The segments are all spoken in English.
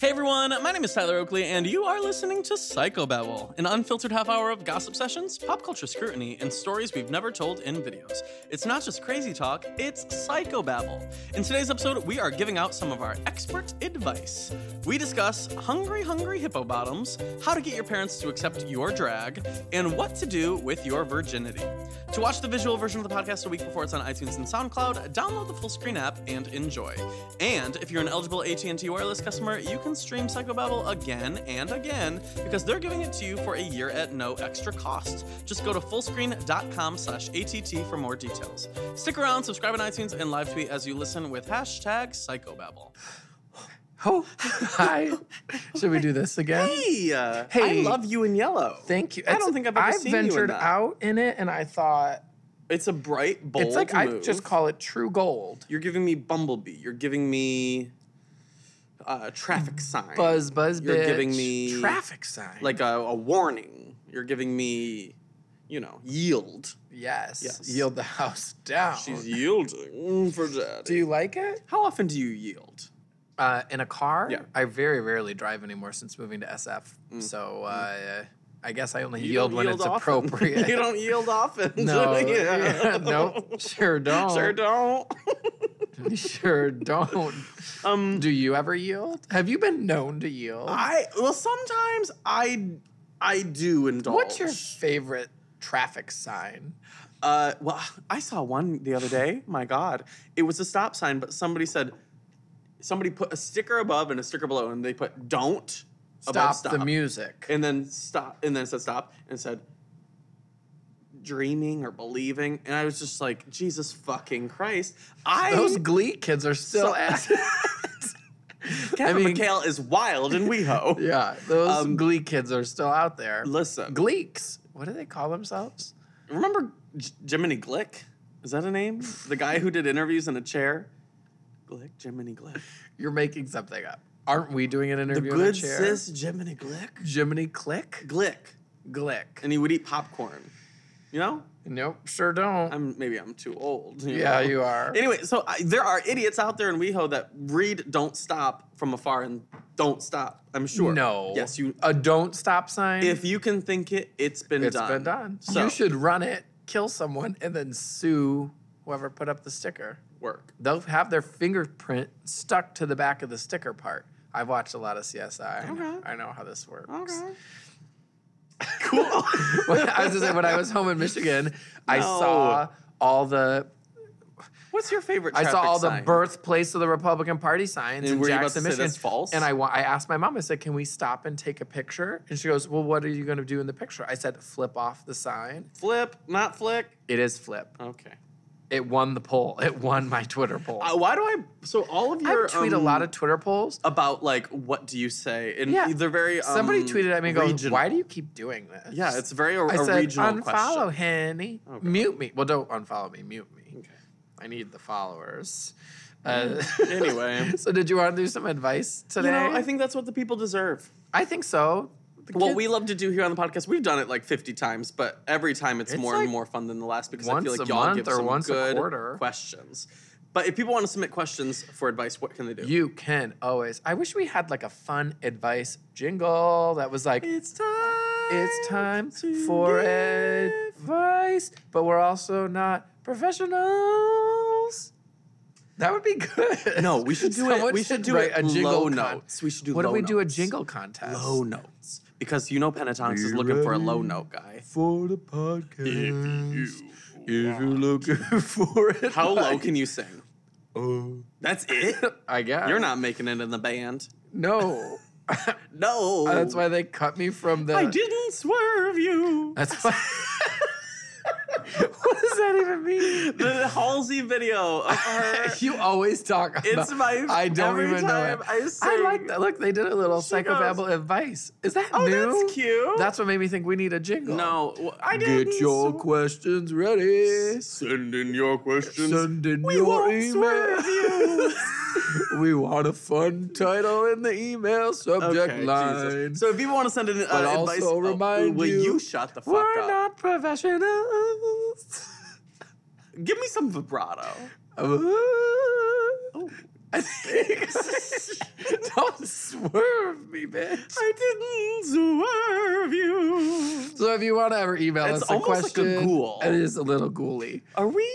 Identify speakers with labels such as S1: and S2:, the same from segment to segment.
S1: Hey everyone, my name is Tyler Oakley, and you are listening to Psychobabble, an unfiltered half hour of gossip sessions, pop culture scrutiny, and stories we've never told in videos. It's not just crazy talk, it's Psychobabble. In today's episode, we are giving out some of our expert advice. We discuss hungry, hungry hippo bottoms, how to get your parents to accept your drag, and what to do with your virginity. To watch the visual version of the podcast a week before it's on iTunes and SoundCloud, download the full screen app and enjoy. And if you're an eligible AT&T wireless customer, you can stream Psychobabble again and again because they're giving it to you for a year at no extra cost. Just go to fullscreen.com slash ATT for more details. Stick around, subscribe on iTunes, and live tweet as you listen with hashtag Psychobabble.
S2: Oh, hi. Should we do this again?
S1: Hey, uh,
S2: Hey.
S1: I love you in yellow.
S2: Thank you.
S1: I don't think I've ever seen you in
S2: ventured
S1: that.
S2: out in it, and I thought
S1: It's a bright, bold
S2: it's like I
S1: move.
S2: just call it true gold.
S1: You're giving me bumblebee. You're giving me uh, traffic sign.
S2: Mm. Buzz, buzz,
S1: You're
S2: bitch.
S1: giving me-
S2: traffic sign.
S1: like a, a warning. You're giving me, you know, yield.
S2: yes,
S1: Yes.
S2: yield the house down.
S1: She's yielding for daddy.
S2: Oh. do you like it?
S1: How often do you yield?
S2: Uh, in a car?
S1: Yeah.
S2: I very rarely drive anymore since moving to SF. So uh, I guess I only
S1: You
S2: yield
S1: don't
S2: when it's
S1: often.
S2: appropriate.
S1: you don't yield often.
S2: No.
S1: yeah.
S2: nope. Sure don't.
S1: Sure don't.
S2: don't. sure don't.
S1: um,
S2: Do you ever yield? Have you been known to yield?
S1: I well sometimes I I do indulge.
S2: What's your favorite traffic sign?
S1: Uh, well, I saw one the other day. My God, it was a stop sign, but somebody said, somebody put a sticker above and a sticker below, and they put "Don't" above
S2: Stop,
S1: Oh, stop,
S2: the music.
S1: and then stop, and then it said stop, and it said dreaming or believing, and I was just like, Jesus fucking Christ! I
S2: Those Glee kids are still
S1: So-
S2: asking.
S1: Kevin
S2: I mean-
S1: McHale is wild in WeHo.
S2: yeah, those
S1: Um,
S2: Glee kids are still out there.
S1: Listen,
S2: Gleeks. What do they call themselves?
S1: remember J- Jiminy Glick? Is that a name? The guy who did interviews in a chair. Glick, Jiminy Glick.
S2: You're making something up. Aren't we doing an
S1: The
S2: interview in a
S1: good
S2: chair?
S1: sis Jiminy Glick.
S2: Jiminy Click?
S1: Glick,
S2: Glick.
S1: and he would eat popcorn. You know,
S2: Nope, sure don't.
S1: I'm maybe I'm too old. you
S2: yeah,
S1: know?
S2: you are.
S1: Anyway, so I, there are idiots out there in WeHo that read "Don't Stop" from afar and "Don't Stop." I'm sure.
S2: No.
S1: Yes, you.
S2: A don't stop sign?
S1: If you can think it, it's been
S2: It's
S1: done.
S2: been done.
S1: So
S2: You should run it, kill someone, and then sue whoever put up the sticker.
S1: work.
S2: They'll have their fingerprint stuck to the back of the sticker part. I've watched a lot of CSI. I, know,
S1: Okay.
S2: I know how this works.
S1: Cool.
S2: When- I was gonna say when I was home in Michigan, I
S1: No.
S2: saw all the
S1: What's your favorite?
S2: I saw
S1: traffic
S2: all
S1: sign?
S2: the birthplace of the Republican Party signs
S1: And
S2: in
S1: were you about
S2: Jackson,
S1: to say
S2: Michigan.
S1: that's false?
S2: And I wa- I asked my mom. I said, "Can we stop and take a picture?" And she goes, "Well, what are you going to do in the picture?" I said, "Flip off the sign."
S1: Flip, not flick.
S2: It is flip.
S1: Okay.
S2: It won the poll. It won my Twitter poll.
S1: Uh, why do I? So all of your
S2: I tweet a
S1: um,
S2: lot of Twitter polls.
S1: about like what do you say? And
S2: Yeah.
S1: they're very. Um,
S2: Somebody tweeted at me, "Go,
S1: regional.
S2: why do you keep doing this?"
S1: Yeah, it's very a,
S2: I
S1: a
S2: said,
S1: regional
S2: unfollow
S1: question.
S2: Henny. Mute me. Well, don't unfollow me. Mute me.
S1: Okay.
S2: I need the followers. Uh,
S1: Anyway.
S2: so did you want to do some advice today?
S1: You know, I think that's what the people deserve.
S2: I think so. The
S1: What
S2: kids-
S1: we love to do here on the podcast, we've done it like 50 times, but every time it's,
S2: It's
S1: more
S2: like
S1: and more fun than the last because I
S2: once
S1: feel like
S2: a
S1: y'all
S2: month
S1: give
S2: or
S1: some
S2: once a
S1: good
S2: quarter.
S1: questions. But if people want to submit questions for advice, what can they do?
S2: you can always. I wish we had like a fun advice jingle that was like,
S1: it's time.
S2: "It's time
S1: to
S2: for
S1: give.
S2: advice," but we're also not professionals. That would be good.
S1: No, we should do it.
S2: Someone
S1: We should do
S2: write
S1: it low
S2: con-
S1: notes. We should do
S2: What
S1: low
S2: if we do a
S1: notes.
S2: jingle contest?
S1: Low notes. Because you know Pentatonix is
S2: You
S1: looking for a
S2: ready?
S1: low note guy.
S2: for the podcast. If, you are looking for it,
S1: How low can you sing?
S2: Oh,
S1: That's it?
S2: I guess
S1: You're not making it in the band.
S2: No,
S1: No.
S2: that's why they cut me from the.
S1: I didn't swerve you.
S2: That's why. what does that even mean?
S1: the Halsey video of her.
S2: you always talk. About,
S1: It's my.
S2: I don't
S1: every
S2: even know it.
S1: time I, sing.
S2: I like that. Look, they did a little
S1: She goes-
S2: psychobabble advice. Is that
S1: Oh,
S2: new?
S1: that's cute.
S2: That's what made me think we need a jingle.
S1: no. w- I didn't.
S2: Get your
S1: sw-
S2: questions ready.
S1: Send in your questions.
S2: Send in
S1: we
S2: your
S1: won't
S2: email.
S1: swerve you.
S2: we want a fun title in the email subject
S1: Okay,
S2: line.
S1: Jesus. So if you want to send in uh,
S2: But also
S1: advice,
S2: remind
S1: will
S2: you,
S1: you shut the fuck
S2: We're
S1: up?
S2: not professionals.
S1: Give me some vibrato.
S2: oh, I think. Don't swerve me, bitch.
S1: I didn't swerve you.
S2: So if you want to ever email
S1: It's
S2: us a
S1: almost like a
S2: question,
S1: ghoul.
S2: it is a little ghouly.
S1: Are we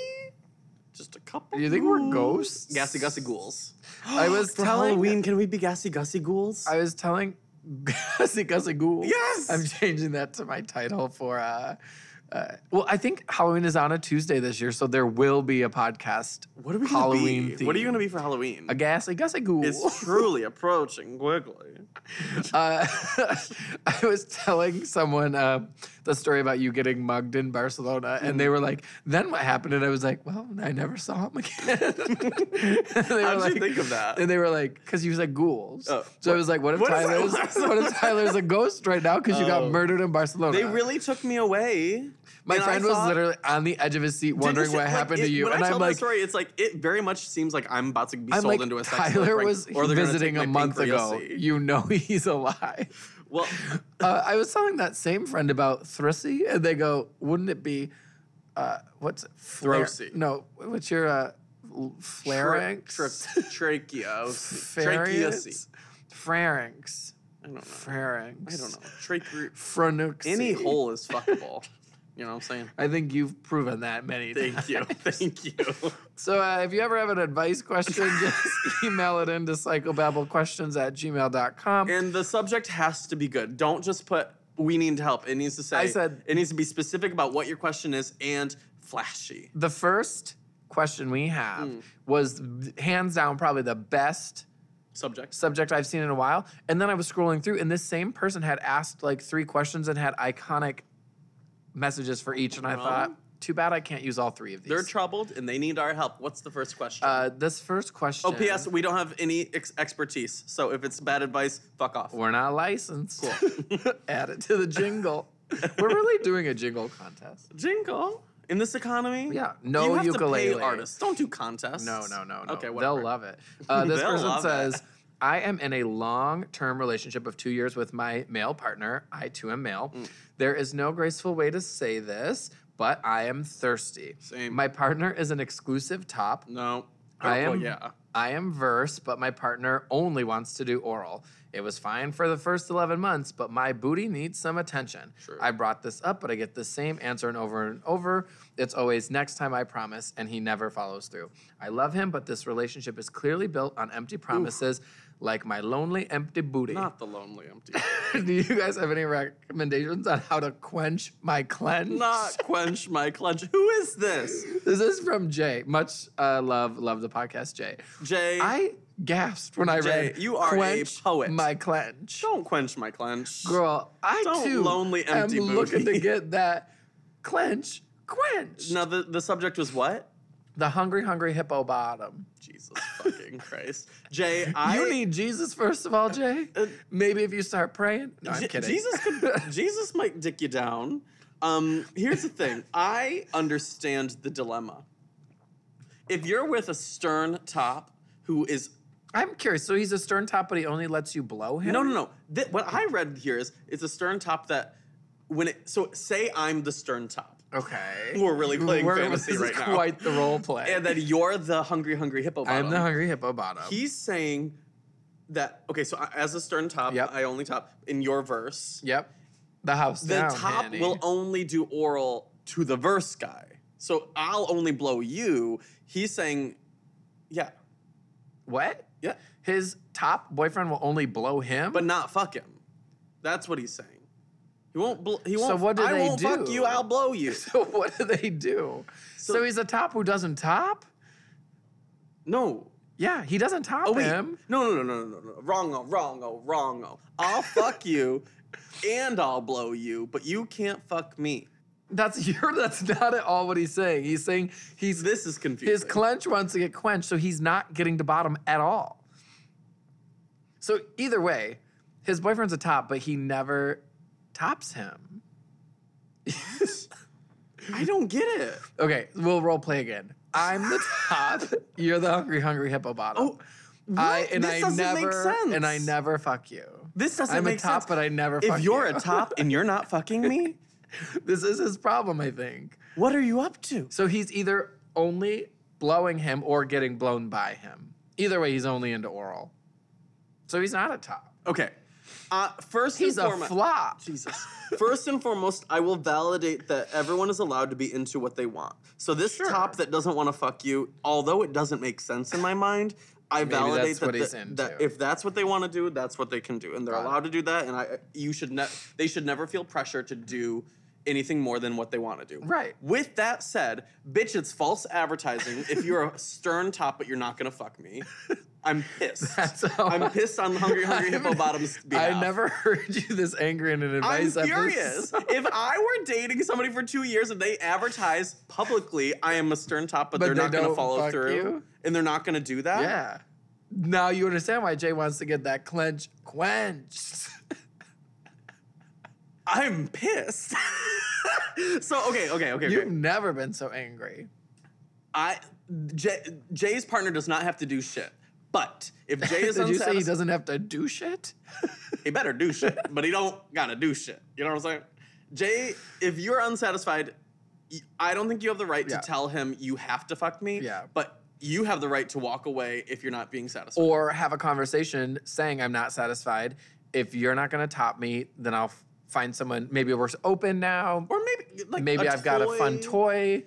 S1: just a couple?
S2: You think we're
S1: ghouls?
S2: ghosts?
S1: Gassy gussy ghouls.
S2: I was
S1: For
S2: telling-
S1: Halloween, can we be gassy gussy ghouls?
S2: I was telling Gussie Gussie Ghoul.
S1: Yes!
S2: I'm changing that to my title for. Uh, uh, well, I think Halloween is on a Tuesday this year, so there will be a podcast.
S1: what are we gonna
S2: Halloween
S1: be? What are you
S2: themed.
S1: gonna be for Halloween?
S2: A Gassy Gussie Ghoul.
S1: It's truly approaching quickly.
S2: Uh, I was telling someone uh, the story about you getting mugged in Barcelona, and they were like, "Then what happened?" And I was like, "Well, I never saw him again." And they were
S1: How'd
S2: like-
S1: you think of that?
S2: And they were like, "Cause he was like ghouls."
S1: Oh,
S2: so I was like, "What if
S1: what is
S2: Tyler's
S1: that?
S2: what if Tyler's a ghost right now? Cause you
S1: Oh.
S2: got murdered in Barcelona."
S1: They really took me away.
S2: My
S1: and I
S2: friend was
S1: thought-
S2: literally on the edge of his seat,
S1: Didn't
S2: wondering
S1: say-
S2: what
S1: like,
S2: happened
S1: it-
S2: to you,
S1: When
S2: and
S1: I tell
S2: I'm
S1: the
S2: like,
S1: story, it's like it very much seems like I'm about to be
S2: "I'm
S1: sold
S2: like,
S1: into a sex
S2: Tyler
S1: work,
S2: was
S1: or they're gonna
S2: visiting
S1: take
S2: a
S1: my
S2: month ago.
S1: pancreas.
S2: You know he's alive."
S1: Well,
S2: uh, I was telling that same friend about Thrissy, and they go, "Wouldn't it be, uh, what's it? Flare-
S1: Throssy.
S2: No, what's your uh, l- pharynx?
S1: Tra- tra- tracheos. Tracheosis.
S2: Pharynx? Pharynx.
S1: I don't know.
S2: Pharynx.
S1: I don't know. Trache.
S2: Phronux.
S1: Any hole is fuckable. You know what I'm saying?
S2: I think you've proven that many
S1: Thank
S2: times.
S1: you. Thank you.
S2: So uh, if you ever have an advice question, just email it into psychobabblequestions at gmail.com.
S1: And the subject has to be good. Don't just put "we need help." It needs to say.
S2: I said-
S1: it needs to be specific about what your question is and flashy.
S2: the first question we have
S1: Hmm.
S2: was hands down probably the best –
S1: Subject.
S2: subject I've seen in a while. And then I was scrolling through, and this same person had asked like three questions and had iconic messages for each. And I
S1: Well.
S2: thought, too bad I can't use all three of these.
S1: They're troubled and they need our help. What's the first question?
S2: uh, this first question.
S1: oh, P.S. We don't have any ex- expertise, so if it's bad advice, fuck off.
S2: We're not licensed.
S1: Cool.
S2: Add it to the jingle. We're really doing a jingle contest.
S1: Jingle. In this economy,
S2: Yeah, no
S1: you have To
S2: ukulele.
S1: pay artists, don't do contests.
S2: No, no, no, no.
S1: Okay, whatever.
S2: They'll love it. Uh, this
S1: They'll
S2: person
S1: love it.
S2: says, I am in a long term relationship of two years with my male partner. I too am male. There is no graceful way to say this, but I am thirsty.
S1: Same.
S2: My partner is an exclusive top.
S1: No.
S2: I
S1: Oh,
S2: am-
S1: yeah.
S2: I am verse, but my partner only wants to do oral. It was fine for the first 11 months, but my booty needs some attention.
S1: True.
S2: I brought this up, but I get the same answer and over and over. It's always next time I promise, and he never follows through. I love him, but this relationship is clearly built on empty promises like my lonely, empty booty.
S1: Not the lonely empty.
S2: Do you guys have any recommendations on how to quench my clench?
S1: Not quench my clutch. Who is this?
S2: This is from Jay. Much uh, love, love the podcast, Jay.
S1: Jay.
S2: I gasped when I
S1: Jay,
S2: read.
S1: you are a
S2: "Quench
S1: poet."
S2: My clench,
S1: Don't quench my clench.
S2: girl. I
S1: Don't
S2: too
S1: lonely empty
S2: am looking
S1: booty.
S2: to get that clench, quench.
S1: Now the, the subject was what?
S2: The hungry, hungry hippo bottom.
S1: Jesus fucking Christ. Jay, I
S2: you need Jesus first of all, Jay.
S1: Uh,
S2: Maybe if you start praying. No, I'm
S1: Je-
S2: kidding.
S1: Jesus could Jesus might dick you down. Um, here's the thing. I understand the dilemma. If you're with a stern top who is
S2: I'm curious. So he's a stern top, but he only lets you blow him.
S1: no no no. Th- what I read here is it's a stern top that when it so say I'm the stern top.
S2: Okay.
S1: We're really playing
S2: We're-
S1: fantasy
S2: this
S1: right
S2: is
S1: now.
S2: Quite the role play.
S1: And then you're the hungry hungry hippo bottom.
S2: I'm the hungry hippo bottom.
S1: He's saying that okay, so I- as a stern top,
S2: Yep.
S1: I only top in your verse.
S2: yep. The house
S1: the
S2: down,
S1: top
S2: Hanny.
S1: will only do oral to the verse guy. So I'll only blow you. He's saying, yeah,
S2: what?
S1: yeah,
S2: His top boyfriend will only blow him.
S1: but not fuck him. That's what he's saying. He won't. Bl- he
S2: So
S1: won't.
S2: what do
S1: I
S2: they
S1: won't fuck
S2: do?
S1: you. I'll blow you.
S2: So what do they do? So,
S1: So-
S2: he's a top who doesn't top?
S1: No.
S2: Yeah, he doesn't top
S1: Oh wait.
S2: him.
S1: No, no, no, no, no, no. Wrong. Oh, wrong. Oh, wrong. Oh. I'll fuck you, and I'll blow you, but you can't fuck me.
S2: That's you're that's not at all what he's saying. He's saying he's
S1: This is confusing.
S2: his clench wants to get quenched, so he's not getting to bottom at all. So either way, his boyfriend's a top, but he never tops him.
S1: I don't get it.
S2: Okay, we'll role play again. I'm the top. you're the hungry, hungry hippo bottom.
S1: Oh,
S2: I
S1: what?
S2: and
S1: this
S2: I
S1: doesn't
S2: never
S1: make sense.
S2: and I never fuck you.
S1: This doesn't
S2: I'm
S1: make
S2: a top,
S1: sense.
S2: but I never.
S1: if
S2: fuck
S1: you're
S2: you.
S1: a top and you're not fucking me,
S2: this is his problem, I think.
S1: what are you up to?
S2: So he's either only blowing him or getting blown by him. Either way, he's only into oral. So he's not a top.
S1: Okay. Uh, first
S2: He's
S1: and
S2: a
S1: foremost,
S2: flop.
S1: Jesus. First and foremost, I will validate that everyone is allowed to be into what they want. So this
S2: Sure.
S1: top that doesn't want to fuck you, although it doesn't make sense in my mind, I
S2: Maybe
S1: validate
S2: that's
S1: that,
S2: what
S1: the-
S2: he's into.
S1: that if that's what they want to do, that's what they can do, and they're
S2: Got it.
S1: allowed to do that. And I, you should ne- they should never feel pressure to do anything more than what they want to do.
S2: Right.
S1: With that said, bitch, it's false advertising. if you're a stern top, but you're not gonna fuck me, I'm pissed.
S2: That's how
S1: I'm pissed on Hungry Hungry
S2: I'm-
S1: Hippopotam's behalf.
S2: I never heard you this angry in an
S1: I'm
S2: advice episode.
S1: furious. if I were dating somebody for two years and they advertise publicly, I am a stern top, but,
S2: But
S1: they're
S2: they
S1: not going to
S2: don't
S1: follow
S2: fuck
S1: through,
S2: you?
S1: and they're not going to do that.
S2: Yeah. Now you understand why Jay wants to get that clench quenched.
S1: I'm pissed. so okay, okay, okay.
S2: You've
S1: okay.
S2: never been so angry.
S1: I Jay, Jay's partner does not have to do shit. But if Jay is
S2: Did you say he
S1: unsatisfied,
S2: doesn't have to do shit?
S1: he better do shit. But he don't gotta do shit. You know what I'm saying? Jay, if you're unsatisfied, y- I don't think you have the right
S2: Yeah.
S1: to tell him you have to fuck me.
S2: Yeah.
S1: But you have the right to walk away if you're not being satisfied.
S2: Or have a conversation saying, I'm not satisfied. If you're not going to top me, then I'll f- find someone. Maybe we're s- open now.
S1: Or maybe like
S2: Maybe
S1: i
S2: I've got a fun toy.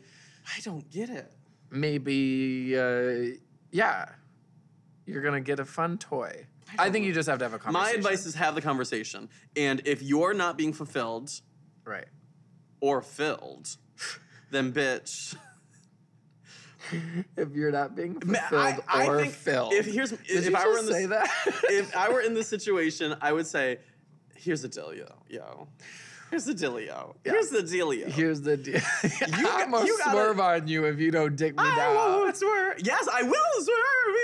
S1: I don't get it.
S2: Maybe, uh, yeah, you're going to get a fun toy. I, think you just have to have a
S1: My
S2: conversation.
S1: advice is have the conversation. And if you're not being fulfilled
S2: Right.
S1: or filled, then bitch.
S2: If you're not being
S1: Ma-
S2: fulfilled
S1: I- I
S2: or
S1: think
S2: filled.
S1: if here's-
S2: Did
S1: if
S2: you
S1: I were
S2: just
S1: in this-
S2: say that?
S1: if I were in this situation, I would say, here's the deal, yo. yo. Here's the dealio. Here's the dealio.
S2: Here's the deal. You
S1: got-
S2: I'm gonna
S1: you gotta-
S2: swerve on you if you don't dick me
S1: I
S2: down.
S1: won't swerve. Yes, I will swerve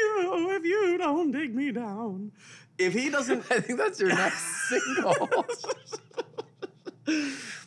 S1: you if you don't dig me down. If he doesn't
S2: I think that's your next single.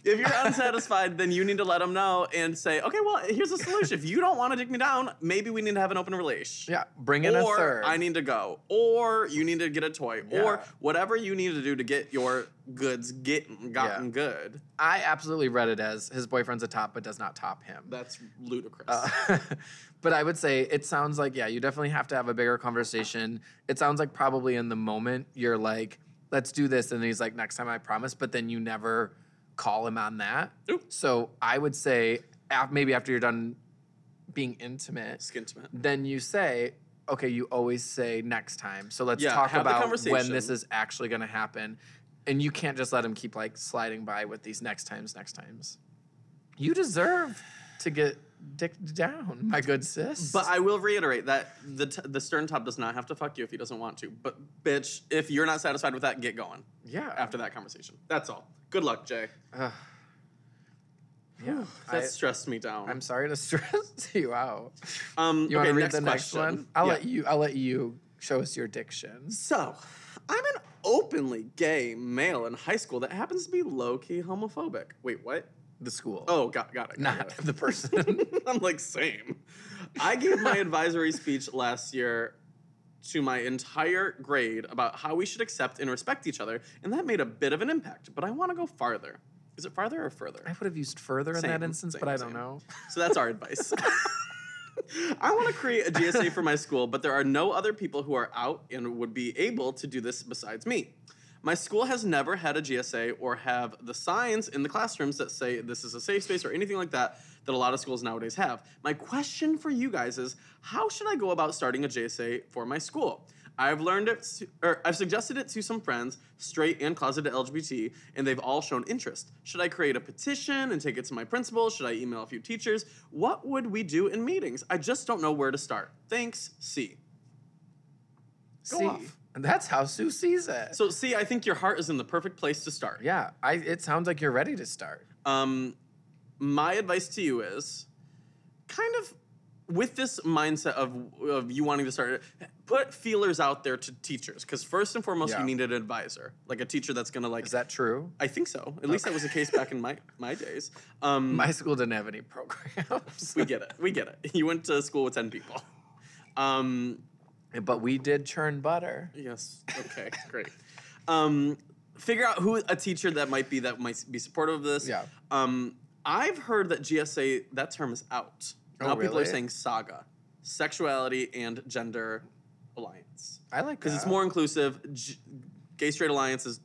S1: If you're unsatisfied, then you need to let them know and say, okay, well, here's a solution. If you don't want to dig me down, maybe we need to have an open relation.
S2: yeah, bring in
S1: or
S2: a third.
S1: I need to go. Or you need to get a toy. Or
S2: Yeah.
S1: whatever you need to do to get your goods getting gotten
S2: Yeah.
S1: good.
S2: I absolutely read it as his boyfriend's a top but does not top him.
S1: That's ludicrous.
S2: Uh, but I would say it sounds like, yeah, you definitely have to have a bigger conversation. It sounds like probably in the moment you're like, let's do this. And he's like, next time I promise. But then you never call him on that.
S1: Oop.
S2: So I would say af- maybe after you're done being intimate,
S1: Skin to man.
S2: then you say, okay, you always say next time. So let's
S1: Yeah,
S2: talk
S1: have the
S2: about when
S1: conversation.
S2: this is actually going to happen. And you can't just let him keep like sliding by with these next times, next times. You deserve to get dicked down, my good sis.
S1: But I will reiterate that the, t- the stern top does not have to fuck you if he doesn't want to. But, bitch, if you're not satisfied with that, get going
S2: yeah,
S1: after that conversation. That's all. Good luck, Jay.
S2: Ugh. yeah,
S1: That
S2: I,
S1: stressed me down.
S2: I'm sorry to stress you out.
S1: Um, okay,
S2: You want to read
S1: next
S2: the next
S1: question.
S2: one? I'll
S1: Yeah.
S2: let you. I'll let you show us your dictions.
S1: So, I'm an openly gay male in high school that happens to be low key homophobic. Wait, what?
S2: The school,
S1: Oh, got, got it. got
S2: not
S1: it.
S2: the person.
S1: I'm like, same. I gave my advisory speech last year to my entire grade about how we should accept and respect each other, and that made a bit of an impact, but I want to go farther. Is it farther or
S2: I
S1: further?
S2: would have used further in
S1: Same,
S2: that instance,
S1: same,
S2: but I don't
S1: same.
S2: know.
S1: So that's our advice. I want to create a GSA for my school, but there are no other people who are out and would be able to do this besides me. My school has never had a GSA or have the signs in the classrooms that say this is a safe space or anything like that that a lot of schools nowadays have. My question for you guys is how should I go about starting a GSA for my school? I've learned it, s- or I've suggested it to some friends, straight and closeted LGBT, and they've all shown interest. Should I create a petition and take it to my principal? Should I email a few teachers? What would we do in meetings? I just don't know where to start. Thanks, C. Go
S2: See,
S1: off.
S2: and that's how Sue sees it.
S1: So, C, I think your heart is in the perfect place to start.
S2: yeah, I, it sounds like you're ready to start.
S1: Um, my advice to you is kind of with this mindset of, of you wanting to start it, put feelers out there to teachers because first and foremost
S2: Yeah.
S1: you need an advisor like a teacher that's going to like
S2: Is that true?
S1: i think so at least that was the case back in my my days um,
S2: My school didn't have any programs,
S1: we get it we get it you went to school with 10 people um,
S2: but we did churn butter.
S1: Yes. Okay. great. Um, figure out who a teacher that might be that might be supportive of this.
S2: Yeah.
S1: Um, I've heard that GSA that term is out.
S2: Oh,
S1: now people are
S2: really?
S1: saying saga, sexuality and gender alliance
S2: I like
S1: because
S2: because
S1: it's more inclusive. G- gay straight alliance is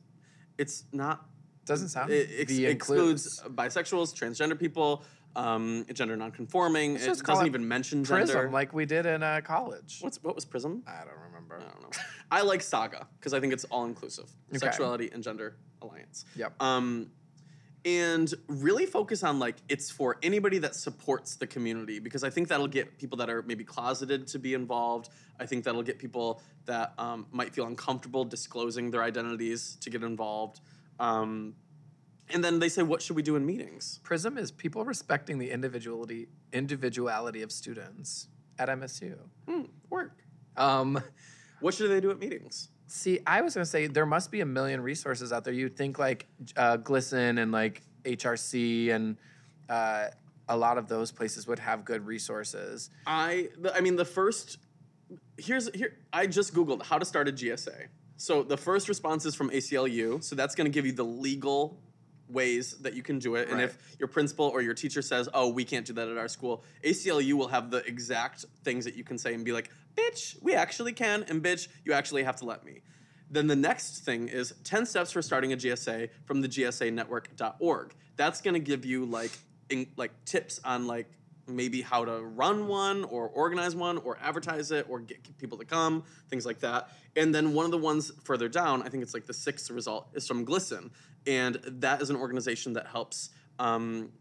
S1: it's not
S2: doesn't sound
S1: it ex-
S2: the
S1: excludes
S2: includes
S1: bisexuals, transgender people, um, gender nonconforming.
S2: Let's
S1: It
S2: just
S1: doesn't
S2: call it
S1: even mention gender.
S2: prism like uh, we did in uh, college.
S1: What's what was Prism?
S2: I don't remember.
S1: I don't know. I like Saga because I think it's all inclusive.
S2: Okay.
S1: Sexuality and gender alliance.
S2: Yep.
S1: Um and really focus on like it's for anybody that supports the community because I think that'll get people that are maybe closeted to be involved. I think that'll get people that um, might feel uncomfortable disclosing their identities to get involved. Um, and then they say, "What should we do in meetings?"
S2: Prism is people respecting the individuality individuality of students at MSU.
S1: Hmm, work.
S2: Um,
S1: What should they do at meetings?
S2: see, I was gonna say there must be a million resources out there. You'd think like uh, Glisten and like HRC and uh, a lot of those places would have good resources.
S1: I the, I mean the first here's here I just googled how to start a GSA. So the first response is from ACLU. So that's going to give you the legal ways that you can do it. And
S2: Right.
S1: if your principal or your teacher says, "Oh, we can't do that at our school," ACLU will have the exact things that you can say and be like, "Bitch, we actually can," and "Bitch, you actually have to let me." Then the next thing is 10 steps for starting a GSA from the gsanetwork.org. That's going to give you like in, like tips on like maybe how to run one or organize one or advertise it or get people to come, things like that. And then one of the ones further down, I think it's like the sixth result, is from Glisten. And that is an organization that helps um,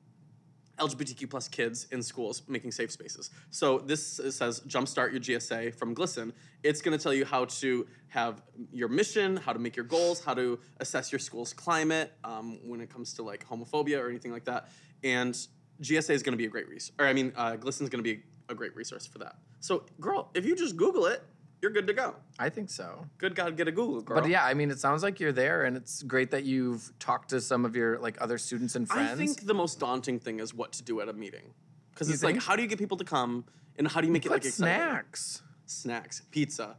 S1: LGBTQ plus kids in schools making safe spaces. So this says jumpstart your GSA from Glisten. It's going to tell you how to have your mission, how to make your goals, how to assess your school's climate um, when it comes to like homophobia or anything like that. And GSA is going to be a great resource, or I mean, uh, Glisten's going to be a great resource for that. So girl, if you just Google it, you're good to go.
S2: I think so.
S1: Good God, get a Google girl.
S2: But yeah, I mean, it sounds like you're there, and it's great that you've talked to some of your like other students and friends.
S1: I think the most daunting thing is what to do at a meeting, because
S2: You
S1: it's like
S2: think?
S1: how do you get people to come and how do you make it
S2: Put
S1: like exciting?
S2: snacks.
S1: snacks, pizza.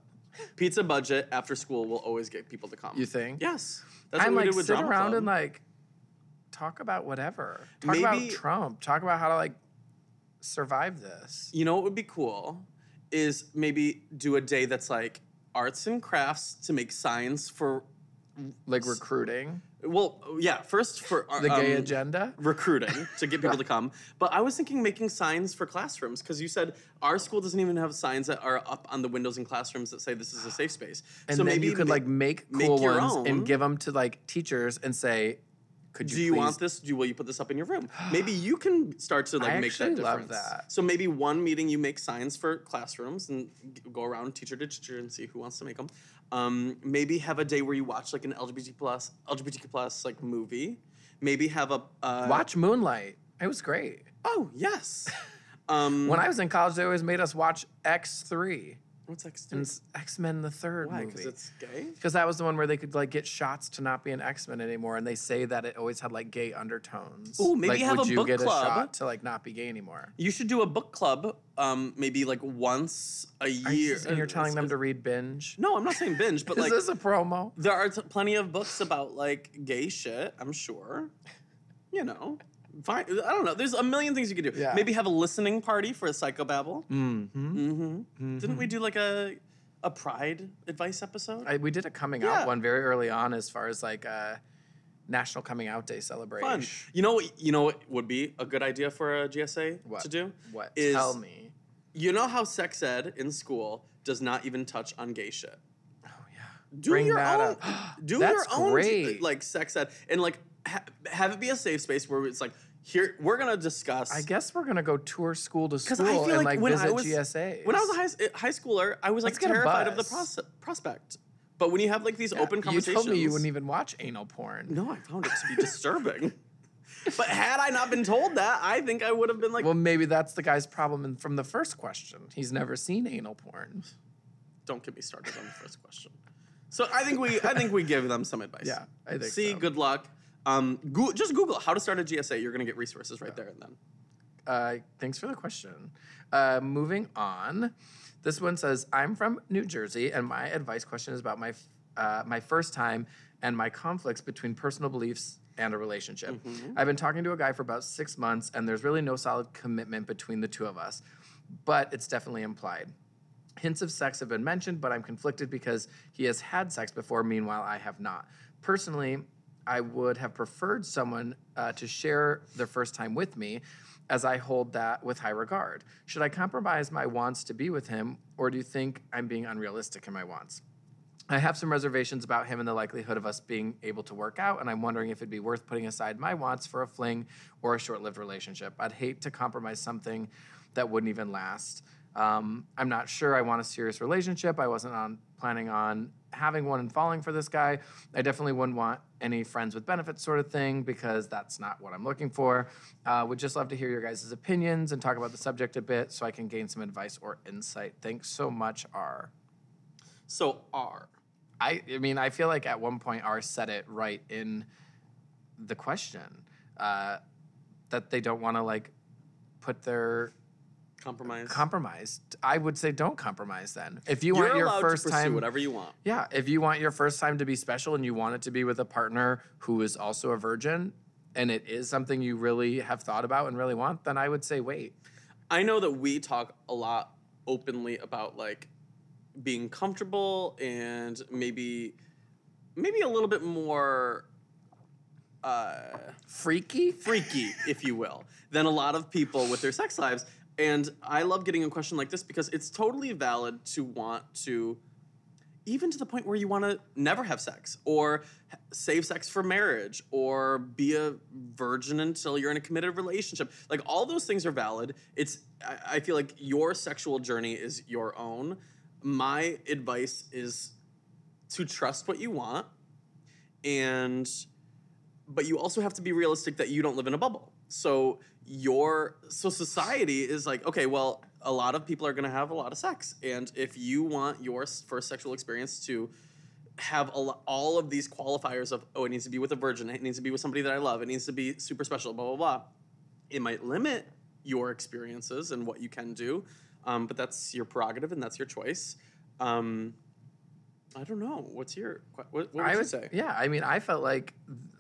S1: Pizza budget after school will always get people to come.
S2: You think?
S1: Yes. That's
S2: and
S1: what we
S2: like
S1: did with
S2: sit
S1: drama
S2: around
S1: club.
S2: and like talk about whatever. Talk about
S1: Maybe-
S2: Trump. Talk about how to like survive this.
S1: You know what would be cool is maybe do a day that's like arts and crafts to make signs for
S2: Like recruiting,
S1: well, yeah, first for uh,
S2: the gay
S1: um,
S2: agenda.
S1: recruiting to get people to come. But I was thinking making signs for classrooms because you said our school doesn't even have signs that are up on the windows in classrooms that say this is a safe space.
S2: And
S1: so
S2: then
S1: maybe
S2: you could
S1: ma-
S2: like make
S1: make
S2: cool
S1: your
S2: ones
S1: own.
S2: and give them to like teachers and say, "Could you?
S1: do you
S2: please?
S1: want this? Do you, will you put this up in your room? Maybe you can start to like
S2: I
S1: make that
S2: actually love
S1: difference.
S2: that.
S1: So maybe one meeting you make signs for classrooms and g- go around teacher to teacher and see who wants to make them. Um, maybe have a day where you watch like an LGBT plus LGBTQ plus like movie. Maybe have a uh,
S2: Watch Moonlight. It was great.
S1: Oh yes. Um,
S2: When I was in college, they always made us watch X three
S1: what's X three?
S2: and X Men the third
S1: Why? Because
S2: movie.
S1: it's gay.
S2: Because that was the one where they could like get shots to not be an X Men anymore, and they say that it always had like gay undertones.
S1: Ooh, maybe
S2: like,
S1: have
S2: would
S1: a
S2: you
S1: book
S2: get
S1: club.
S2: a shot to like not be gay anymore?
S1: You should do a book club. Um, maybe like once a
S2: Are you
S1: year.
S2: and you're telling them to read binge.
S1: No, I'm not saying binge, but
S2: Is
S1: like
S2: this a promo?
S1: There are t- plenty of books about like gay shit, I'm sure. You know, fine. I don't know. There's a million things you could do.
S2: Yeah.
S1: Maybe have a listening party for a psychobabble.
S2: Mm-hmm.
S1: Mm-hmm. Didn't we do like a a pride advice episode?
S2: I, we did a coming
S1: Yeah.
S2: out one very early on, as far as like a National Coming Out Day celebration.
S1: Fun. You know, what- you know what would be a good idea for a GSA
S2: What?
S1: to do?
S2: What?
S1: Is-
S2: Tell me.
S1: You know how sex ed in school does not even touch on gay shit.
S2: Oh yeah.
S1: do
S2: Bring
S1: your
S2: that
S1: own
S2: up.
S1: do
S2: That's
S1: your own
S2: great.
S1: like sex ed and like ha- have it be a safe space where it's like here we're gonna discuss
S2: I guess we're gonna go tour school to
S1: Because
S2: school
S1: I feel
S2: and
S1: like
S2: like
S1: when I
S2: visit
S1: was-
S2: GSA.
S1: when I was a high, s- eh, high schooler, I was like
S2: Let's get a
S1: terrified of the
S2: bus.
S1: proce- prospect. But when you have like these open
S2: you
S1: conversations,
S2: told me you wouldn't even watch anal porn.
S1: No, I found it to be disturbing. but had I not been told that, I think I would have been like,
S2: Well, maybe that's the guy's problem in, from the first question. He's never seen anal porn.
S1: "Don't get me started on the first question." So I think we, I think we give them some advice.
S2: Yeah, I think
S1: See,
S2: so.
S1: good luck. Um, Goo- just Google how to start a GSA. You're gonna get resources right there and then.
S2: Uh, thanks for the question. Uh, moving on, this one says, "I'm from New Jersey, and my advice question is about my f- uh, my first time and my conflicts between personal beliefs." And a relationship. I've been talking to a guy for about six months, and there's really no solid commitment between the two of us, but it's definitely implied. Hints of sex have been mentioned, but I'm conflicted because he has had sex before. Meanwhile, I have not. Personally, I would have preferred someone uh, to share their first time with me, as I hold that with high regard. Should I compromise my wants to be with him, or do you think I'm being unrealistic in my wants? I have some reservations about him and the likelihood of us being able to work out, and I'm wondering if it'd be worth putting aside my wants for a fling or a short lived relationship. I'd hate to compromise something that wouldn't even last. Um, I'm not sure I want a serious relationship. I wasn't on, planning on having one and falling for this guy. I definitely wouldn't want any friends with benefits sort of thing because that's not what I'm looking for. Uh, would just love to hear your guys' opinions and talk about the subject a bit so I can gain some advice or insight. Thanks so much, R.
S1: So R.
S2: I, I mean, I feel like at one point R said it right in the question uh, that they don't want to like put their
S1: Compromise.
S2: compromise. I would say don't compromise then. If you
S1: You're
S2: want
S1: allowed
S2: your first
S1: to pursue
S2: time,
S1: whatever you want.
S2: yeah, if you want your first time to be special and you want it to be with a partner who is also a virgin and it is something you really have thought about and really want, then I would say wait.
S1: I know that we talk a lot openly about like being comfortable and maybe maybe a little bit more uh,
S2: Freaky?
S1: freaky, if you will, than a lot of people with their sex lives. And I love getting a question like this because it's totally valid to want to, even to the point where you want to never have sex or h- save sex for marriage or be a virgin until you're in a committed relationship. Like all those things are valid. It's, I, I feel like your sexual journey is your own. My advice is to trust what you want and but you also have to be realistic that you don't live in a bubble. So your so society is like, okay, well, a lot of people are going to have a lot of sex, and if you want your s- first sexual experience to have a, lo- all of these qualifiers of, oh, it needs to be with a virgin, it needs to be with somebody that I love, it needs to be super special, blah blah blah. It might limit your experiences and what you can do, um, but that's your prerogative and that's your choice. Um, I don't know. What's your que- what, what would
S2: I
S1: you
S2: would
S1: say?
S2: Yeah, I mean, I felt like,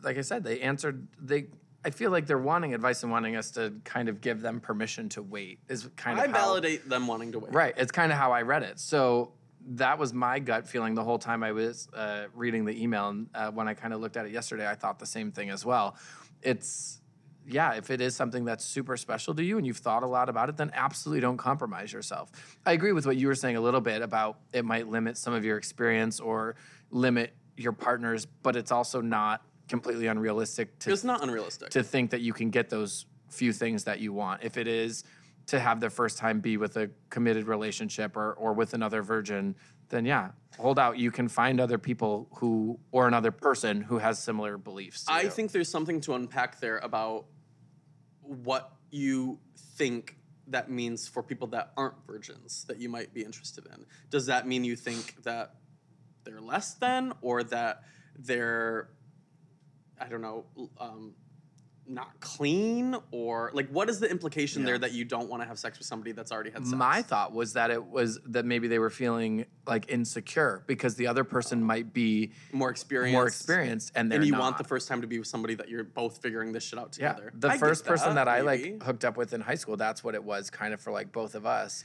S2: like I said, they answered. They, I feel like they're wanting advice and wanting us to kind of give them permission to wait. Is kind of
S1: I
S2: how-
S1: validate them wanting to wait.
S2: Right. It's kind of how I read it. So that was my gut feeling the whole time I was uh, reading the email. And uh, when I kind of looked at it yesterday, I thought the same thing as well. It's, yeah, if it is something that's super special to you and you've thought a lot about it, then absolutely don't compromise yourself. I agree with what you were saying a little bit about it might limit some of your experience or limit your partners, but it's also not completely unrealistic to
S1: It's not unrealistic.
S2: to think that you can get those few things that you want. If it is to have their first time be with a committed relationship or or with another virgin, then yeah, hold out. You can find other people who or another person who has similar beliefs. to
S1: I
S2: you.
S1: think there's something to unpack there about what you think that means for people that aren't virgins that you might be interested in. Does that mean you think that they're less than or that they're, I don't know, l- um, not clean or like what is the implication there that you don't want to have sex with somebody that's already had sex?
S2: my thought was that it was that maybe they were feeling like insecure because the other person might be
S1: more experience.
S2: more experienced and they're
S1: And you
S2: not.
S1: want the first time to be with somebody that you're both figuring this shit out
S2: Yeah,
S1: together.
S2: the
S1: I get
S2: first person that I
S1: maybe.
S2: like hooked up with in high school, that's what it was, kind of for like both of us,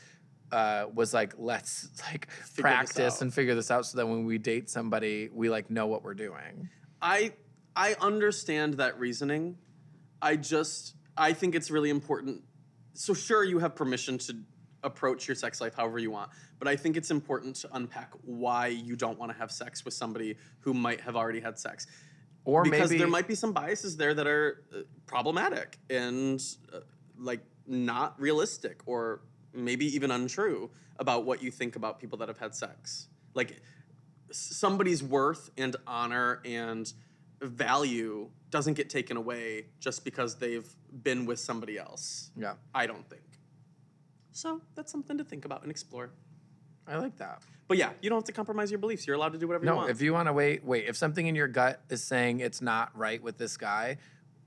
S2: uh, was like let's like
S1: this
S2: practice
S1: out.
S2: and figure this out, so that when we date somebody, we like know what we're doing.
S1: I I understand that reasoning. I just I think it's really important. So sure you have permission to approach your sex life however you want, but I think it's important to unpack why you don't want to have sex with somebody who might have already had sex.
S2: Or
S1: because
S2: maybe
S1: there might be some biases there that are uh, problematic and uh, like not realistic or maybe even untrue about what you think about people that have had sex like s- somebody's worth and honor and value doesn't get taken away just because they've been with somebody else
S2: yeah,
S1: i don't think so that's something to think about and explore
S2: I like that.
S1: but yeah you don't have to compromise your beliefs you're allowed to do whatever you
S2: No,
S1: want
S2: if you want to wait, wait. If something in your gut is saying it's not right with this guy,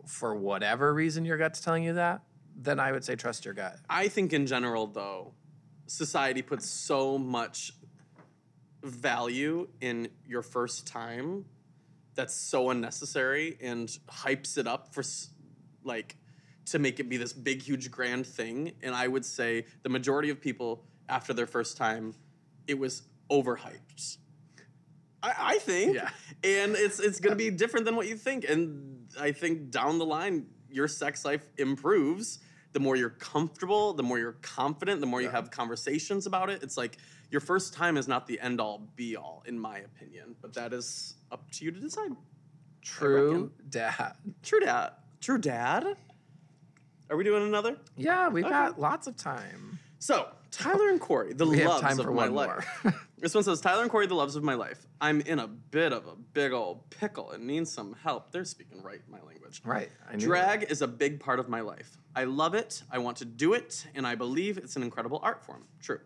S2: for whatever reason your gut's telling you that, then I would say trust your gut.
S1: I think in general, though, society puts so much value in your first time that's so unnecessary and hypes it up for s- like to make it be this big, huge, grand thing. And I would say the majority of people after their first time it was overhyped. I, I think.
S2: Yeah.
S1: And it's it's gonna be different than what you think. And I think down the line, your sex life improves. The more you're comfortable, the more you're confident, the more you
S2: Yeah.
S1: have conversations about it. It's like your first time is not the end all be all, in my opinion. But that is up to you to decide.
S2: True dad.
S1: True dad. True dad. Are we doing another?
S2: Yeah, we've
S1: Okay.
S2: got lots of time.
S1: So Tyler and Corey, the
S2: We have
S1: loves
S2: time
S1: of
S2: for
S1: my
S2: one
S1: life.
S2: more.
S1: This one says, Tyler and Corey, the loves of my life. I'm in a bit of a big old pickle and need some help. They're speaking right my language.
S2: right. I knew
S1: Drag is a big part of my life. I love it, I want to do it, and I believe it's an incredible art form. True.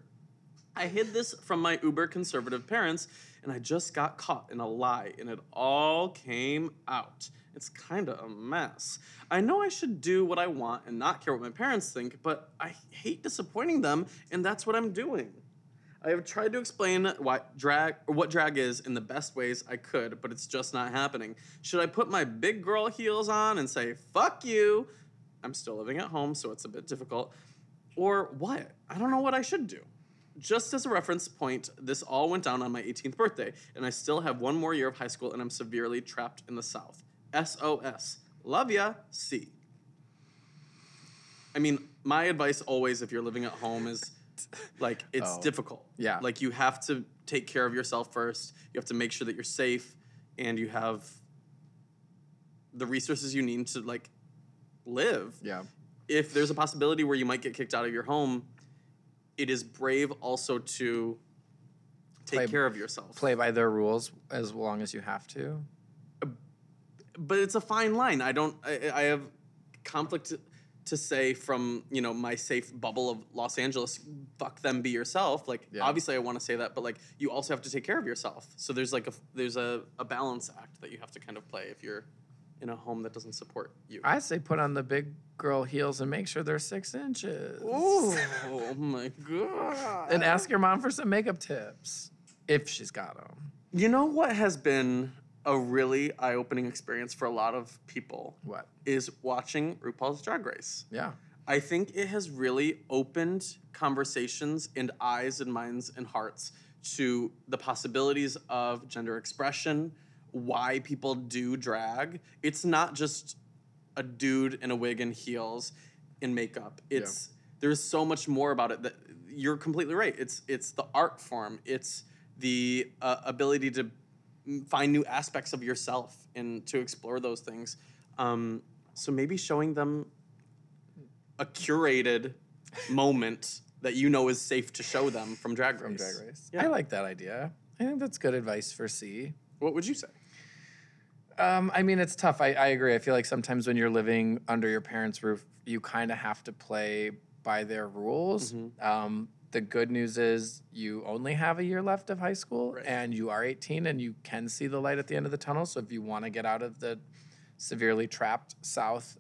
S1: I hid this from my uber conservative parents, and I just got caught in a lie, and it all came out. It's kind of a mess. I know I should do what I want and not care what my parents think, but I hate disappointing them, and that's what I'm doing. I have tried to explain why drag or what drag is in the best ways I could, but it's just not happening. Should I put my big girl heels on and say "fuck you"? I'm still living at home, so it's a bit difficult. Or what? I don't know what I should do. Just as a reference point, this all went down on my 18th birthday, and I still have one more year of high school, and I'm severely trapped in the South. SOS. Love ya. C. I mean, my advice always, if you're living at home, is like it's
S2: Oh.
S1: difficult.
S2: Yeah.
S1: Like you have to take care of yourself first. You have to make sure that you're safe, and you have the resources you need to like live
S2: Yeah.
S1: if there's a possibility where you might get kicked out of your home, it is brave also to take
S2: Play-
S1: care of yourself.
S2: Play by their rules as long as you have to.
S1: But it's a fine line. I don't. I, I have conflict to, to say from you know my safe bubble of Los Angeles. Fuck them. Be yourself. Like
S2: Yeah.
S1: obviously I want to say that, but like you also have to take care of yourself. So there's like a there's a, a balance act that you have to kind of play if you're in a home that doesn't support you.
S2: I say put on the big girl heels and make sure they're six inches.
S1: oh my god.
S2: And ask your mom for some makeup tips if she's got them.
S1: You know what has been a really eye opening experience for a lot of people
S2: What?
S1: is watching RuPaul's Drag Race.
S2: Yeah.
S1: I think it has really opened conversations and eyes and minds and hearts to the possibilities of gender expression, why people do drag. It's not just a dude in a wig and heels in makeup. It's there's so much more about it that you're completely right. It's it's the art form. It's the uh, ability to m- find new aspects of yourself and to explore those things. Um, so maybe showing them a curated moment that you know is safe to show them from Drag Race.
S2: From Drag Race.
S1: Yeah.
S2: I like that idea. I think that's good advice for C.
S1: What would you say?
S2: Um, I mean, it's tough. I, I agree. I feel like sometimes when you're living under your parents' roof, you kind of have to play by their rules.
S1: Mm-hmm.
S2: Um, the good news is you only have a year left of high school
S1: Right.
S2: and you are 18 and you can see the light at the end of the tunnel. So if you want to get out of the severely trapped south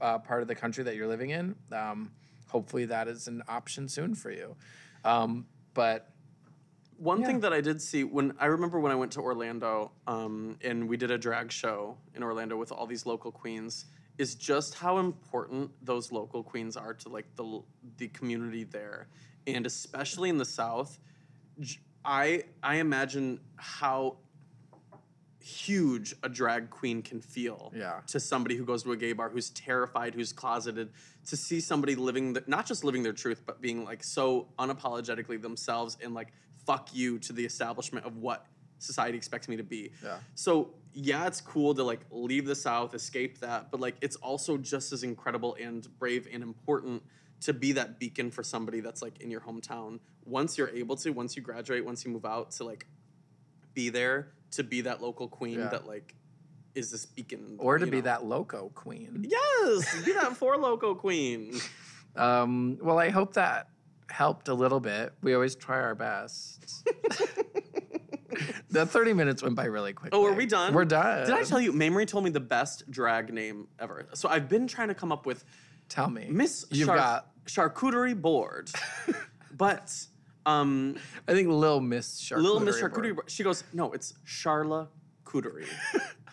S2: uh, part of the country that you're living in, um, hopefully that is an option soon for you. Um, but
S1: One
S2: Yeah.
S1: thing that I did see when I remember when I went to Orlando um, and we did a drag show in Orlando with all these local queens is just how important those local queens are to like the l- the community there, and especially in the South. j- I I imagine how huge a drag queen can feel
S2: Yeah.
S1: to somebody who goes to a gay bar who's terrified who's closeted to see somebody living the, not just living their truth but being like so unapologetically themselves and like fuck you to the establishment of what society expects me to be
S2: Yeah.
S1: so yeah it's cool to like leave the south escape that but like it's also just as incredible and brave and important to be that beacon for somebody that's like in your hometown once you're able to once you graduate once you move out to like be there to be that local queen
S2: Yeah.
S1: that like is this beacon
S2: or to
S1: you
S2: be
S1: know?
S2: that loco queen.
S1: yes be that four loco queen
S2: Um, well, I hope that helped a little bit. We always try our best. the 30 minutes went by really quickly.
S1: Oh, are we done?
S2: We're done.
S1: did i tell you mamrie told me the best drag name ever so i've been trying to come up with
S2: Tell me.
S1: miss
S2: You've
S1: Char-
S2: got-
S1: charcuterie board but um
S2: I think Lil Miss Charcuterie.
S1: Little Miss Charcuterie.
S2: Board.
S1: Board. She goes, no, it's Charla Cootery.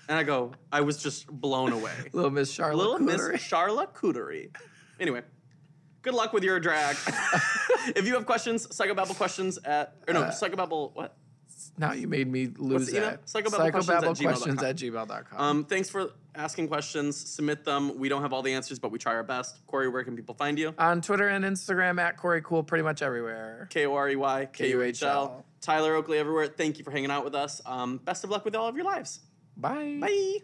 S1: and I go, I was just blown away.
S2: Little Miss Charlotte.
S1: Little Miss
S2: Cooterie.
S1: Charla Cootery. Anyway, Good luck with your drag. if you have questions, psychobabble questions at or no
S2: Uh,
S1: psychobabble what?
S2: Now you made me lose
S1: the email?
S2: that.
S1: Psychobabblequestions@gmail.com.
S2: Psychobabblequestions at gmail.com.
S1: Um, thanks for asking questions. Submit them. We don't have all the answers, but we try our best. Corey, where can people find you?
S2: On Twitter and Instagram at Corey Cool, pretty much everywhere.
S1: K O R E Y K U H L.
S2: K-U-H-L.
S1: Tyler Oakley everywhere. Thank you for hanging out with us. Um, best of luck with all of your lives.
S2: Bye.
S1: Bye.